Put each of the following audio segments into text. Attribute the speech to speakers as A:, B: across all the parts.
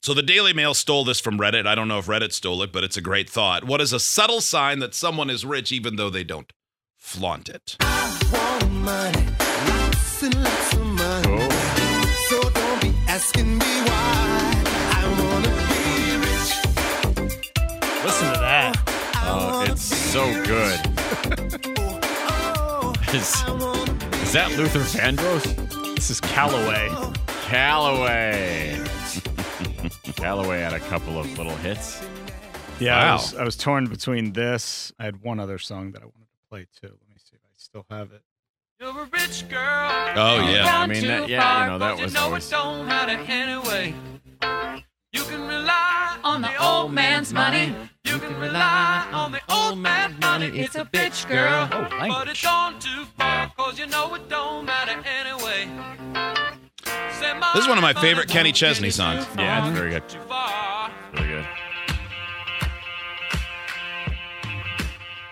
A: So the Daily Mail stole this from Reddit. I don't know if Reddit stole it, but it's a great thought. What is a subtle sign that someone is rich even though they don't flaunt it? Oh,
B: want money, lots and lots of money.
C: Oh.
B: So don't be asking me why. I wanna be rich.
D: Listen to that.
C: Oh, it's so good.
B: Oh,
C: Is,
B: I wanna be
C: is that Luther Vandross?
D: This is Callaway.
C: Callaway. Callaway had a couple of little hits.
D: Yeah, I,
C: Wow.
D: was, I was torn between this. I had one other song that I wanted to play too. Let me see if I still have it.
E: You're a rich girl.
A: Oh, yeah.
C: I mean, that- yeah, you know, that was
E: you know
C: always-
E: it don't matter anyway. You can rely
F: On the old man's money.
E: You can rely on the old man's money. It's a bitch girl.
D: Oh,
E: But it's on too far, cause you know it don't matter anyway. Say my
A: This is one of my favorite
E: money
A: Kenny
E: won't get
A: Chesney
E: you
A: songs.
E: too
C: Yeah,
F: Uh-huh.
E: far,
C: it's very good.
E: Too far.
C: Very good.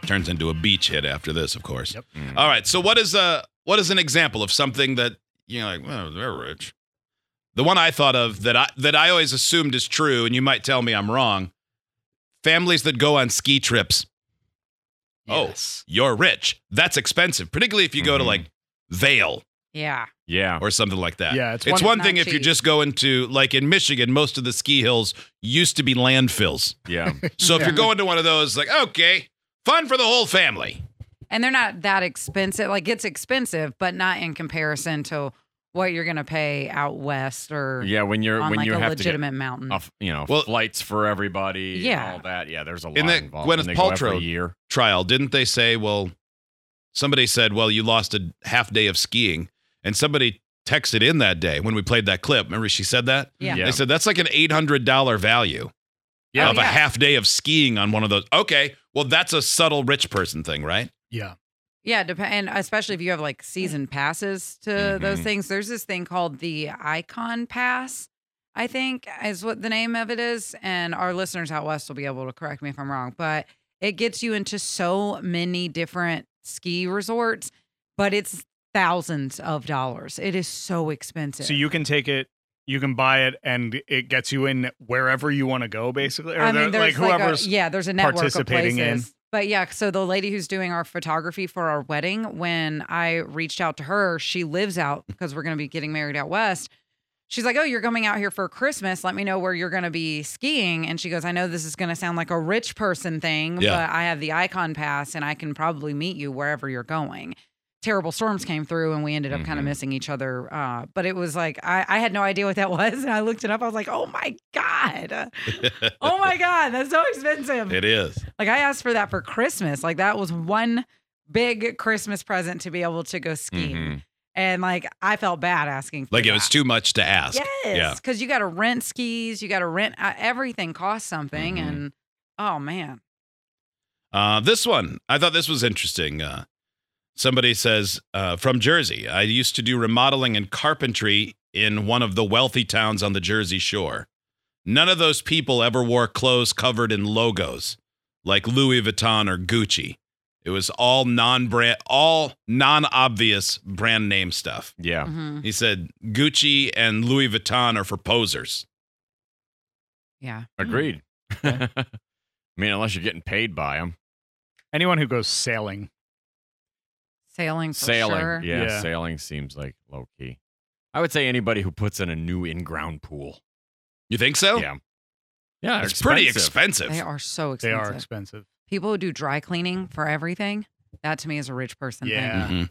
A: Turns into a beach hit after this, of course. Mm-hmm. All right. So what is a what is an example of something that you know, like, well, they're rich? The one I thought of that I that I always assumed is true, and you might tell me I'm wrong. Families that go on ski trips.
F: Yes.
A: Oh, you're rich. That's expensive, particularly if you go to
C: Mhm.
A: like Vale
F: Yeah.
C: Yeah.
A: or something like that.
D: Yeah, it's
A: it's
D: one-
A: one thing
F: Not
A: if you
F: cheap.
A: just go into like in Michigan, most of the ski hills used to be landfills.
C: Yeah.
A: So if you're going to one of those, like okay, fun for the whole family.
F: And they're not that expensive. Like it's expensive, but not in comparison to what you're going to pay out west or
C: Yeah. When you're
F: on
C: when
F: like
C: you
F: a
C: have
F: legitimate mountain.
C: to get off, you know,
A: Well-
C: flights for everybody.
F: Yeah. Oh,
C: And all that. Yeah. There's a lot
A: In that
C: involved.
A: Gwyneth
C: and they go out for a
A: Paltrow-
C: year.
A: trial, didn't they say, well, somebody said, well, you lost a half day of skiing, and somebody texted in that day when we played that clip. Remember she said that?
F: yeah.
C: Yeah.
A: They said that's like an eight hundred dollar value
C: Yeah.
A: of
F: Oh,
A: a
F: yeah.
A: half day of skiing on one of those. Okay, well that's a subtle rich person thing, right?
D: Yeah.
F: Yeah, dep- and especially if you have like season passes to those
C: Mhm.
F: things. There's this thing called the Icon Pass, I think is what the name of it is, and our listeners out west will be able to correct me if I'm wrong, but it gets you into so many different ski resorts, but it's thousands of dollars. It is so expensive.
D: So you can take it, you can buy it, and it gets you in wherever you want to go, basically. Or
F: I
D: they're-
F: mean,
D: like
F: there's a-
D: whoever's.
F: yeah, there's a network
D: participating
F: of
D: in.
F: places. But yeah, so the lady who's doing our photography for our wedding, when I reached out to her, she lives out because we're going to be getting married out west. She's like, "Oh, you're coming out here for Christmas. Let me know where you're going to be skiing." And she goes, "I know this is going to sound like a rich person thing,
A: Yeah.
F: but I have the Icon Pass and I can probably meet you wherever you're going." Terrible storms came through and we ended up kind
C: Mhm.
F: of missing each other. Uh, but it was like, I, I had no idea what that was. And I looked it up. I was like, oh my God. Oh my God, that's so expensive.
A: It is.
F: Like I asked for that for Christmas. Like that was one big Christmas present to be able to go skiing.
C: Mhm.
F: And like I felt bad asking for
A: Like
F: that.
A: if it's too much to ask. Yeah.
F: Yes, because you got to rent skis, you got to rent uh, everything costs something.
C: Mhm.
F: And oh man,
A: Uh, this one, I thought this was interesting. Uh, somebody says uh, from Jersey, I used to do remodeling and carpentry in one of the wealthy towns on the Jersey Shore. None of those people ever wore clothes covered in logos like Louis Vuitton or Gucci. It was all non-brand, all non-obvious brand name stuff.
C: Yeah.
F: Mhm.
A: He said Gucci and Louis Vuitton are for posers.
F: yeah,
C: Agreed. I mean, unless you're getting paid by them.
D: Anyone who goes sailing.
F: sailing, for
C: sailing.
F: sure.
C: Yeah,
D: Yeah.
C: Sailing seems like low key. I would say anybody who puts in a new in ground pool.
A: You think so?
C: Yeah. Yeah.
A: Oh. It's pretty expensive.
F: They are so
D: They
F: expensive.
D: are expensive.
F: People who do dry cleaning for everything. That to me is a rich person
D: Yeah.
F: thing.
A: Mhm.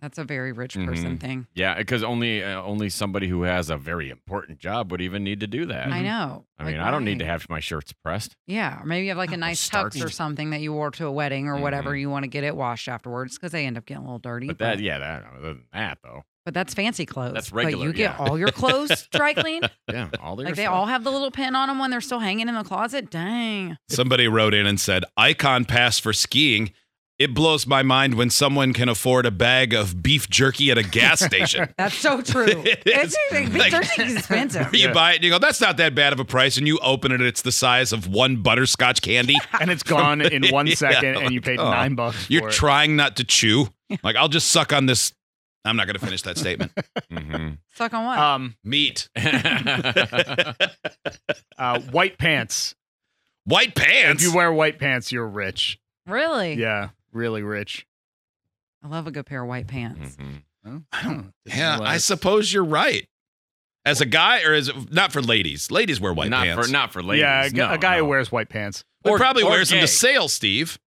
F: That's a very rich person
C: Mhm.
F: thing.
C: Yeah, because only uh, only somebody who has a very important job would even need to do that.
F: I know.
C: I
F: Like,
C: mean, I don't need to
F: why?
C: have my shirts pressed.
F: Yeah, or maybe you have like a
C: Oh,
F: nice
C: starched.
F: tux or something that you wore to a wedding or whatever. You want to get it washed afterwards because they end up getting a little dirty.
C: But that, yeah, that other than that though,
F: but that's fancy clothes.
C: That's
F: But
C: regular,
F: you get
C: yeah.
F: all your clothes dry cleaned.
C: yeah, all the
F: like they all have the little pin on them when they're still hanging in the closet. Dang.
A: Somebody wrote in and said, Icon pass for skiing. It blows my mind when someone can afford a bag of beef jerky at a gas station.
F: That's so true.
A: It
F: it's
A: is.
F: like,
A: Like-
F: jerky's expensive.
A: You buy it and you go, that's not that bad of a price. And you open it, it's the size of one butterscotch candy.
D: And it's gone in one
A: Yeah,
D: second, and you paid
A: oh,
D: nine bucks. For
A: You're
D: it.
A: trying not to chew. Like, I'll just suck on this. I'm not going to finish
C: Mm-hmm.
A: that statement.
D: Uh,
C: hmm
F: Suck on what?
D: Um,
A: Meat.
D: Uh, white pants.
A: White
D: If
A: pants.
D: you wear white pants, you're rich.
F: Really?
D: Yeah, really rich.
F: I love a good pair of white pants.
C: Mhm.
A: I don't. Yeah, I suppose you're right. As a guy, or is it not for ladies? Ladies wear white
C: not
A: pants.
C: for not for ladies.
D: yeah, a, gu-
C: no,
D: a guy
C: no.
D: who wears white pants.
A: we
C: or-
A: probably
C: or
A: wear some
C: gay.
A: to sail, Steve.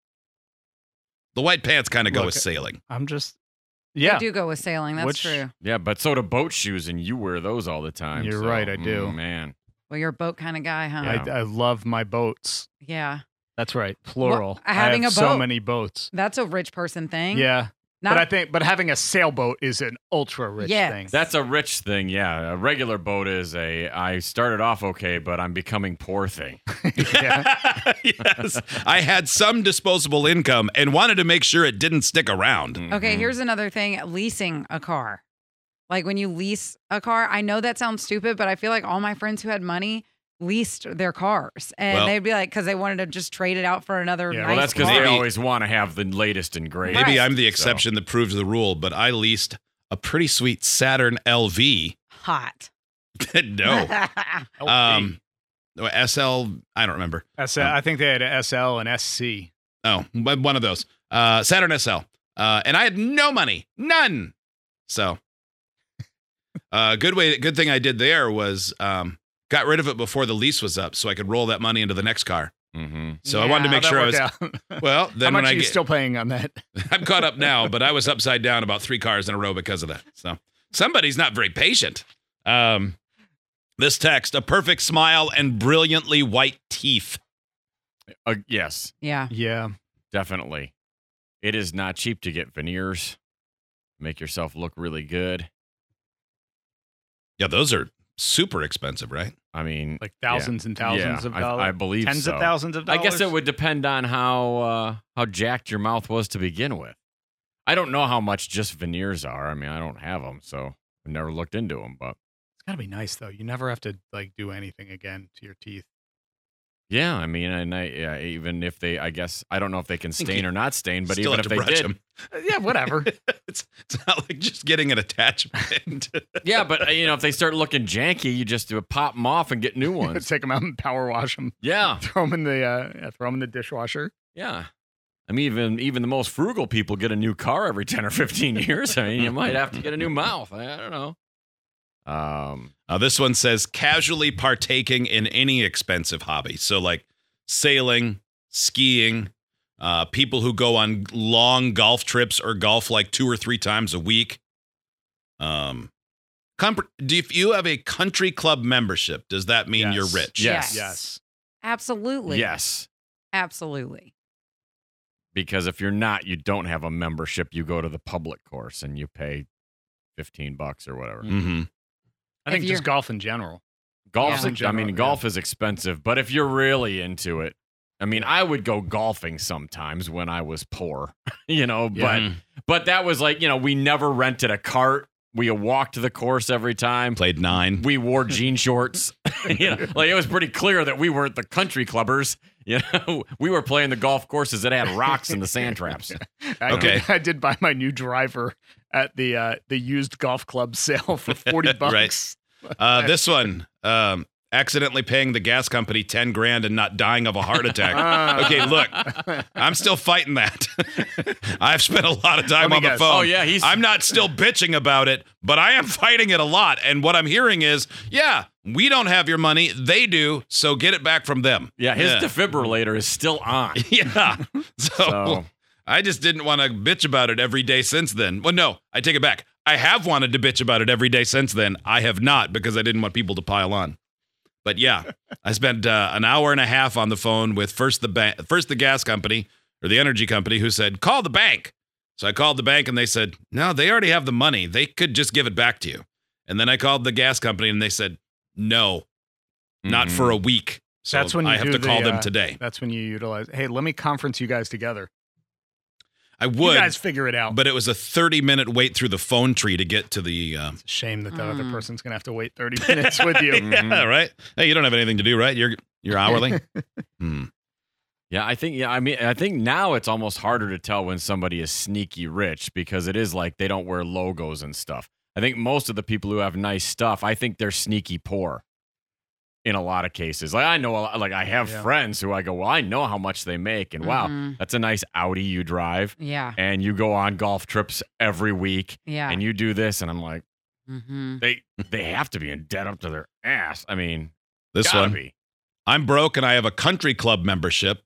A: The white pants kind of go
D: Look,
A: with sailing.
D: I'm just.
F: I
D: Yeah,
F: do go with sailing. That's
D: Which-
F: true.
C: Yeah, but so do boat shoes, and you wear those all the time.
D: You're
C: so,
D: right, I do.
C: mm, man,
F: Well, you're a boat kind of guy, huh?
C: Yeah.
F: Yeah.
D: I, I love my boats. That's right, plural.
F: Well, having
D: I have
F: a
D: so
F: boat.
D: many boats.
F: That's a rich person thing.
D: Yeah,
F: Not
D: but I think but having a sailboat is an ultra rich
F: Yes.
D: thing.
C: that's a rich thing. Yeah, a regular boat is a. I started off okay, but I'm becoming poor thing.
D: Yeah.
A: yes, I had some disposable income and wanted to make sure it didn't stick around.
F: Okay,
C: Mhm.
F: here's another thing leasing a car. Like when you lease a car, I know that sounds stupid, but I feel like all my friends who had money leased their cars and
A: Well-
F: they'd be like, because they wanted to just trade it out for another.
D: Yeah,
F: nice
D: well,
C: Well, that's because
F: car.
C: they
A: Maybe-
C: always want to have the latest and greatest.
A: Maybe
F: Right.
A: I'm the
C: So-
A: exception that proves the rule, but I leased a pretty sweet Saturn LV.
F: hot.
A: no, um, no, SL. I don't remember.
D: SL, I think they had a SL and SC.
A: Oh, but one of those. Uh, Saturn SL. Uh, and I had no money, none. So, uh, good way. Good thing I did there was um, got rid of it before the lease was up, so I could roll that money into the next car.
C: Mhm.
A: So I wanted to
F: Yeah.
A: make sure I was.
D: How
A: Well, then
D: much
A: when
D: are
A: I
D: you
A: get,
D: still paying on that?
A: I'm caught up now, but I was upside down about three cars in a row because of that. So somebody's not very patient. Um, this text: a perfect smile and brilliantly white teeth.
C: Uh, yes,
F: Yeah.
D: Yeah,
C: definitely. It is not cheap to get veneers. Make yourself look really good.
A: Yeah, those are super expensive, right?
C: I mean,
D: like thousands and thousands
C: yeah,
D: of
C: I-
D: dollars.
C: I, believe
D: tens
C: so.
D: of thousands of
C: I
D: dollars.
C: guess it would depend on how uh, how jacked your mouth was to begin with. I don't know how much just veneers are. I mean, I don't have them, so I've never looked into them. But
D: It's gotta be nice though. You never have to like do anything again to your teeth.
C: yeah, I mean, and I, yeah, even if they, I guess I don't know if they can
A: Think
C: stain
A: you
C: or not stain, but
A: Still have
C: even if
A: to
C: they
A: brush
C: did,
A: them.
D: Uh, Yeah, whatever.
A: it's, it's not like just getting an attachment.
C: yeah, but uh, you know, if they start looking janky, you just do a pop them off and get new ones.
D: Take them out and power wash them.
C: yeah,
D: Throw them in the uh, yeah, throw them in the dishwasher.
C: yeah. I mean, even even the most frugal people get a new car every ten or fifteen years. I mean, you might have to get a new mouth. I, I don't know. Um,
A: uh, this one says casually partaking in any expensive hobby. So, like sailing, skiing, uh, people who go on long golf trips or golf like two or three times a week. Um, compr- do if you have a country club membership, does that mean
D: Yes.
A: you're rich?
C: Yes.
D: Yes.
F: Absolutely.
C: yes.
F: Absolutely.
C: because if you're not, you don't have a membership. You go to the public course and you pay fifteen bucks or whatever.
A: Mm-hmm.
D: I
F: If
D: think
F: you're-
D: just golf in general.
C: Golf's,
D: Yeah.
C: ex- I mean,
D: Yeah.
C: golf is expensive, but if you're really into it, I mean, I would go golfing sometimes when I was poor, you know. But
A: But
C: but that was like, you know, we never rented a cart. We walked the course every time.
A: played nine.
C: We wore jean shorts. you know, like it was pretty clear that we weren't the country clubbers. You know, we were playing the golf courses that had rocks and the sand traps.
D: I
A: Okay.
D: did, I did buy my new driver at the uh, the used golf club sale for forty
A: Right.
D: bucks.
A: Uh, this one, um, accidentally paying the gas company 10 grand and not dying of a heart attack.
D: Ah.
A: okay, look, I'm still fighting that. I've spent a lot of time
D: Let me
A: on the
D: guess.
A: phone.
C: Oh yeah, he's
A: I'm not still bitching about it, but I am fighting it a lot. And what I'm hearing is, yeah, we don't have your money. They do. So get it back from them.
C: Yeah, his
A: Yeah.
C: defibrillator is still on.
A: yeah. So,
C: So
A: I just didn't want to bitch about it every day since then. Well, no, I take it back. I have wanted to bitch about it every day since then. I have not because I didn't want people to pile on. But yeah, I spent uh, an hour and a half on the phone with first the ba- first the gas company or the energy company who said call the bank. So I called the bank and they said no, they already have the money. They could just give it back to you. And then I called the gas company and they said no, not
C: Mhm.
A: for a week. So
D: Mm-hmm. That's when you
A: I have
D: do
A: to call
D: the,
A: them
D: uh,
A: today.
D: That's when you utilize. Hey, let me conference you guys together.
A: I would.
D: You guys figure it
C: Oh.
D: out.
A: but it was a 30 minute wait through the phone tree to get to the um,
D: it's a shame that that other
F: Mm.
D: person's gonna have to wait thirty minutes with you.
C: Mm.
A: yeah right hey you don't have anything to do right you're you're hourly Hmm.
C: yeah, I think yeah, I mean I think now it's almost harder to tell when somebody is sneaky rich because it is like they don't wear logos and stuff. I think most of the people who have nice stuff, I think they're sneaky poor. in a lot of cases. Like I know, a lot, like I have
D: Yeah.
C: friends who I go, well, I know how much they make, and wow,
F: Mhm.
C: that's a nice Audi you drive,
F: Yeah.
C: and you go on golf trips every week,
F: Yeah.
C: and you do this, and I'm like,
F: mm-hmm.
C: they they have to be in debt up to their ass. I mean,
A: This
C: gotta
A: one.
C: be.
A: I'm broke and I have a country club membership.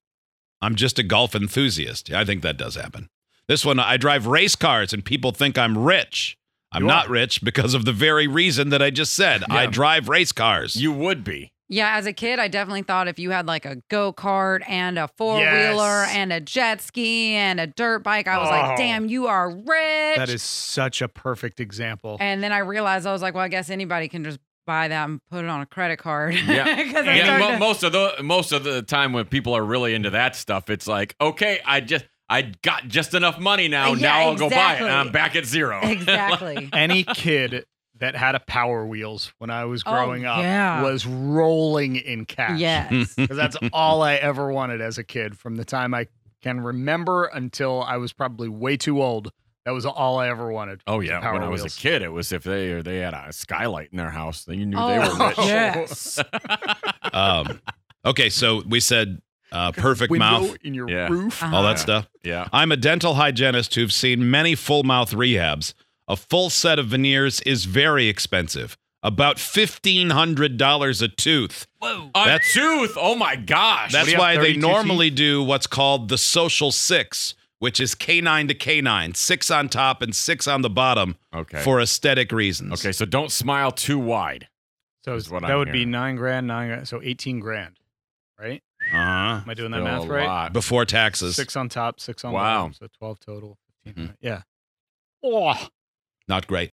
A: I'm just a golf enthusiast. Yeah, I think that does happen. This one, I drive race cars and people think I'm rich. I'm
C: You
A: not
C: are.
A: rich because of the very reason that I just said. I
C: Yeah.
A: drive race cars.
C: You would be.
F: Yeah, as a kid, I definitely thought if you had like a go kart and a four wheeler
C: Yes.
F: and a jet ski and a dirt bike, I was
C: Oh.
F: like, damn, you are rich.
D: That is such a perfect example.
F: And then I realized I was like, well, I guess anybody can just buy that and put it on a credit card.
C: Yeah.
F: 'Cause I
C: Yeah,
F: started
C: mo-
F: to-
C: most of the most of the time when people are really into that stuff, it's like, okay, I just I got just enough money now.
F: Uh, Yeah,
C: now I'll go buy it,
F: exactly.
C: and I'm back at zero.
F: exactly.
D: Any kid that had a Power Wheels when I was
F: Oh,
D: growing up
F: yeah.
D: was rolling in cash.
F: yes.
D: because that's all I ever wanted as a kid. From the time I can remember until I was probably way too old, that was all I ever wanted.
C: oh yeah,
D: Power
C: when I was
D: Wheels.
C: a kid, it was if they or they had a skylight in their house, then you knew they were
F: Oh,
C: rich.
F: yes.
A: um, okay, so we said uh, perfect
D: Window
A: mouth,
D: in your
C: Yeah.
D: roof.
A: all
C: Uh-huh.
A: that stuff.
C: Yeah.
A: I'm a dental hygienist who've seen many full mouth rehabs. A full set of veneers is very expensive, about $1,500 a tooth.
C: A
A: That's-
C: tooth. Oh my gosh.
A: That's
D: do you
A: why
D: have,
A: they
D: 32
A: normally do what's called the social six, which is canine to canine, six on top and six on the bottom
C: okay.
A: for aesthetic reasons.
C: okay, so don't smile too wide.
D: So
C: That's what
D: that
C: I'm
D: would be
C: hearing.
D: nine grand, nine grand. So 18 grand, right?
A: Uh-huh.
D: Am I doing that
C: Still
D: math
C: a
D: right?
C: lot.
A: Before taxes.
D: Six on top, six on
C: Wow. Mm-hmm.
D: bottom. So 12 total. 15, right? Yeah. Oh,
A: Not great.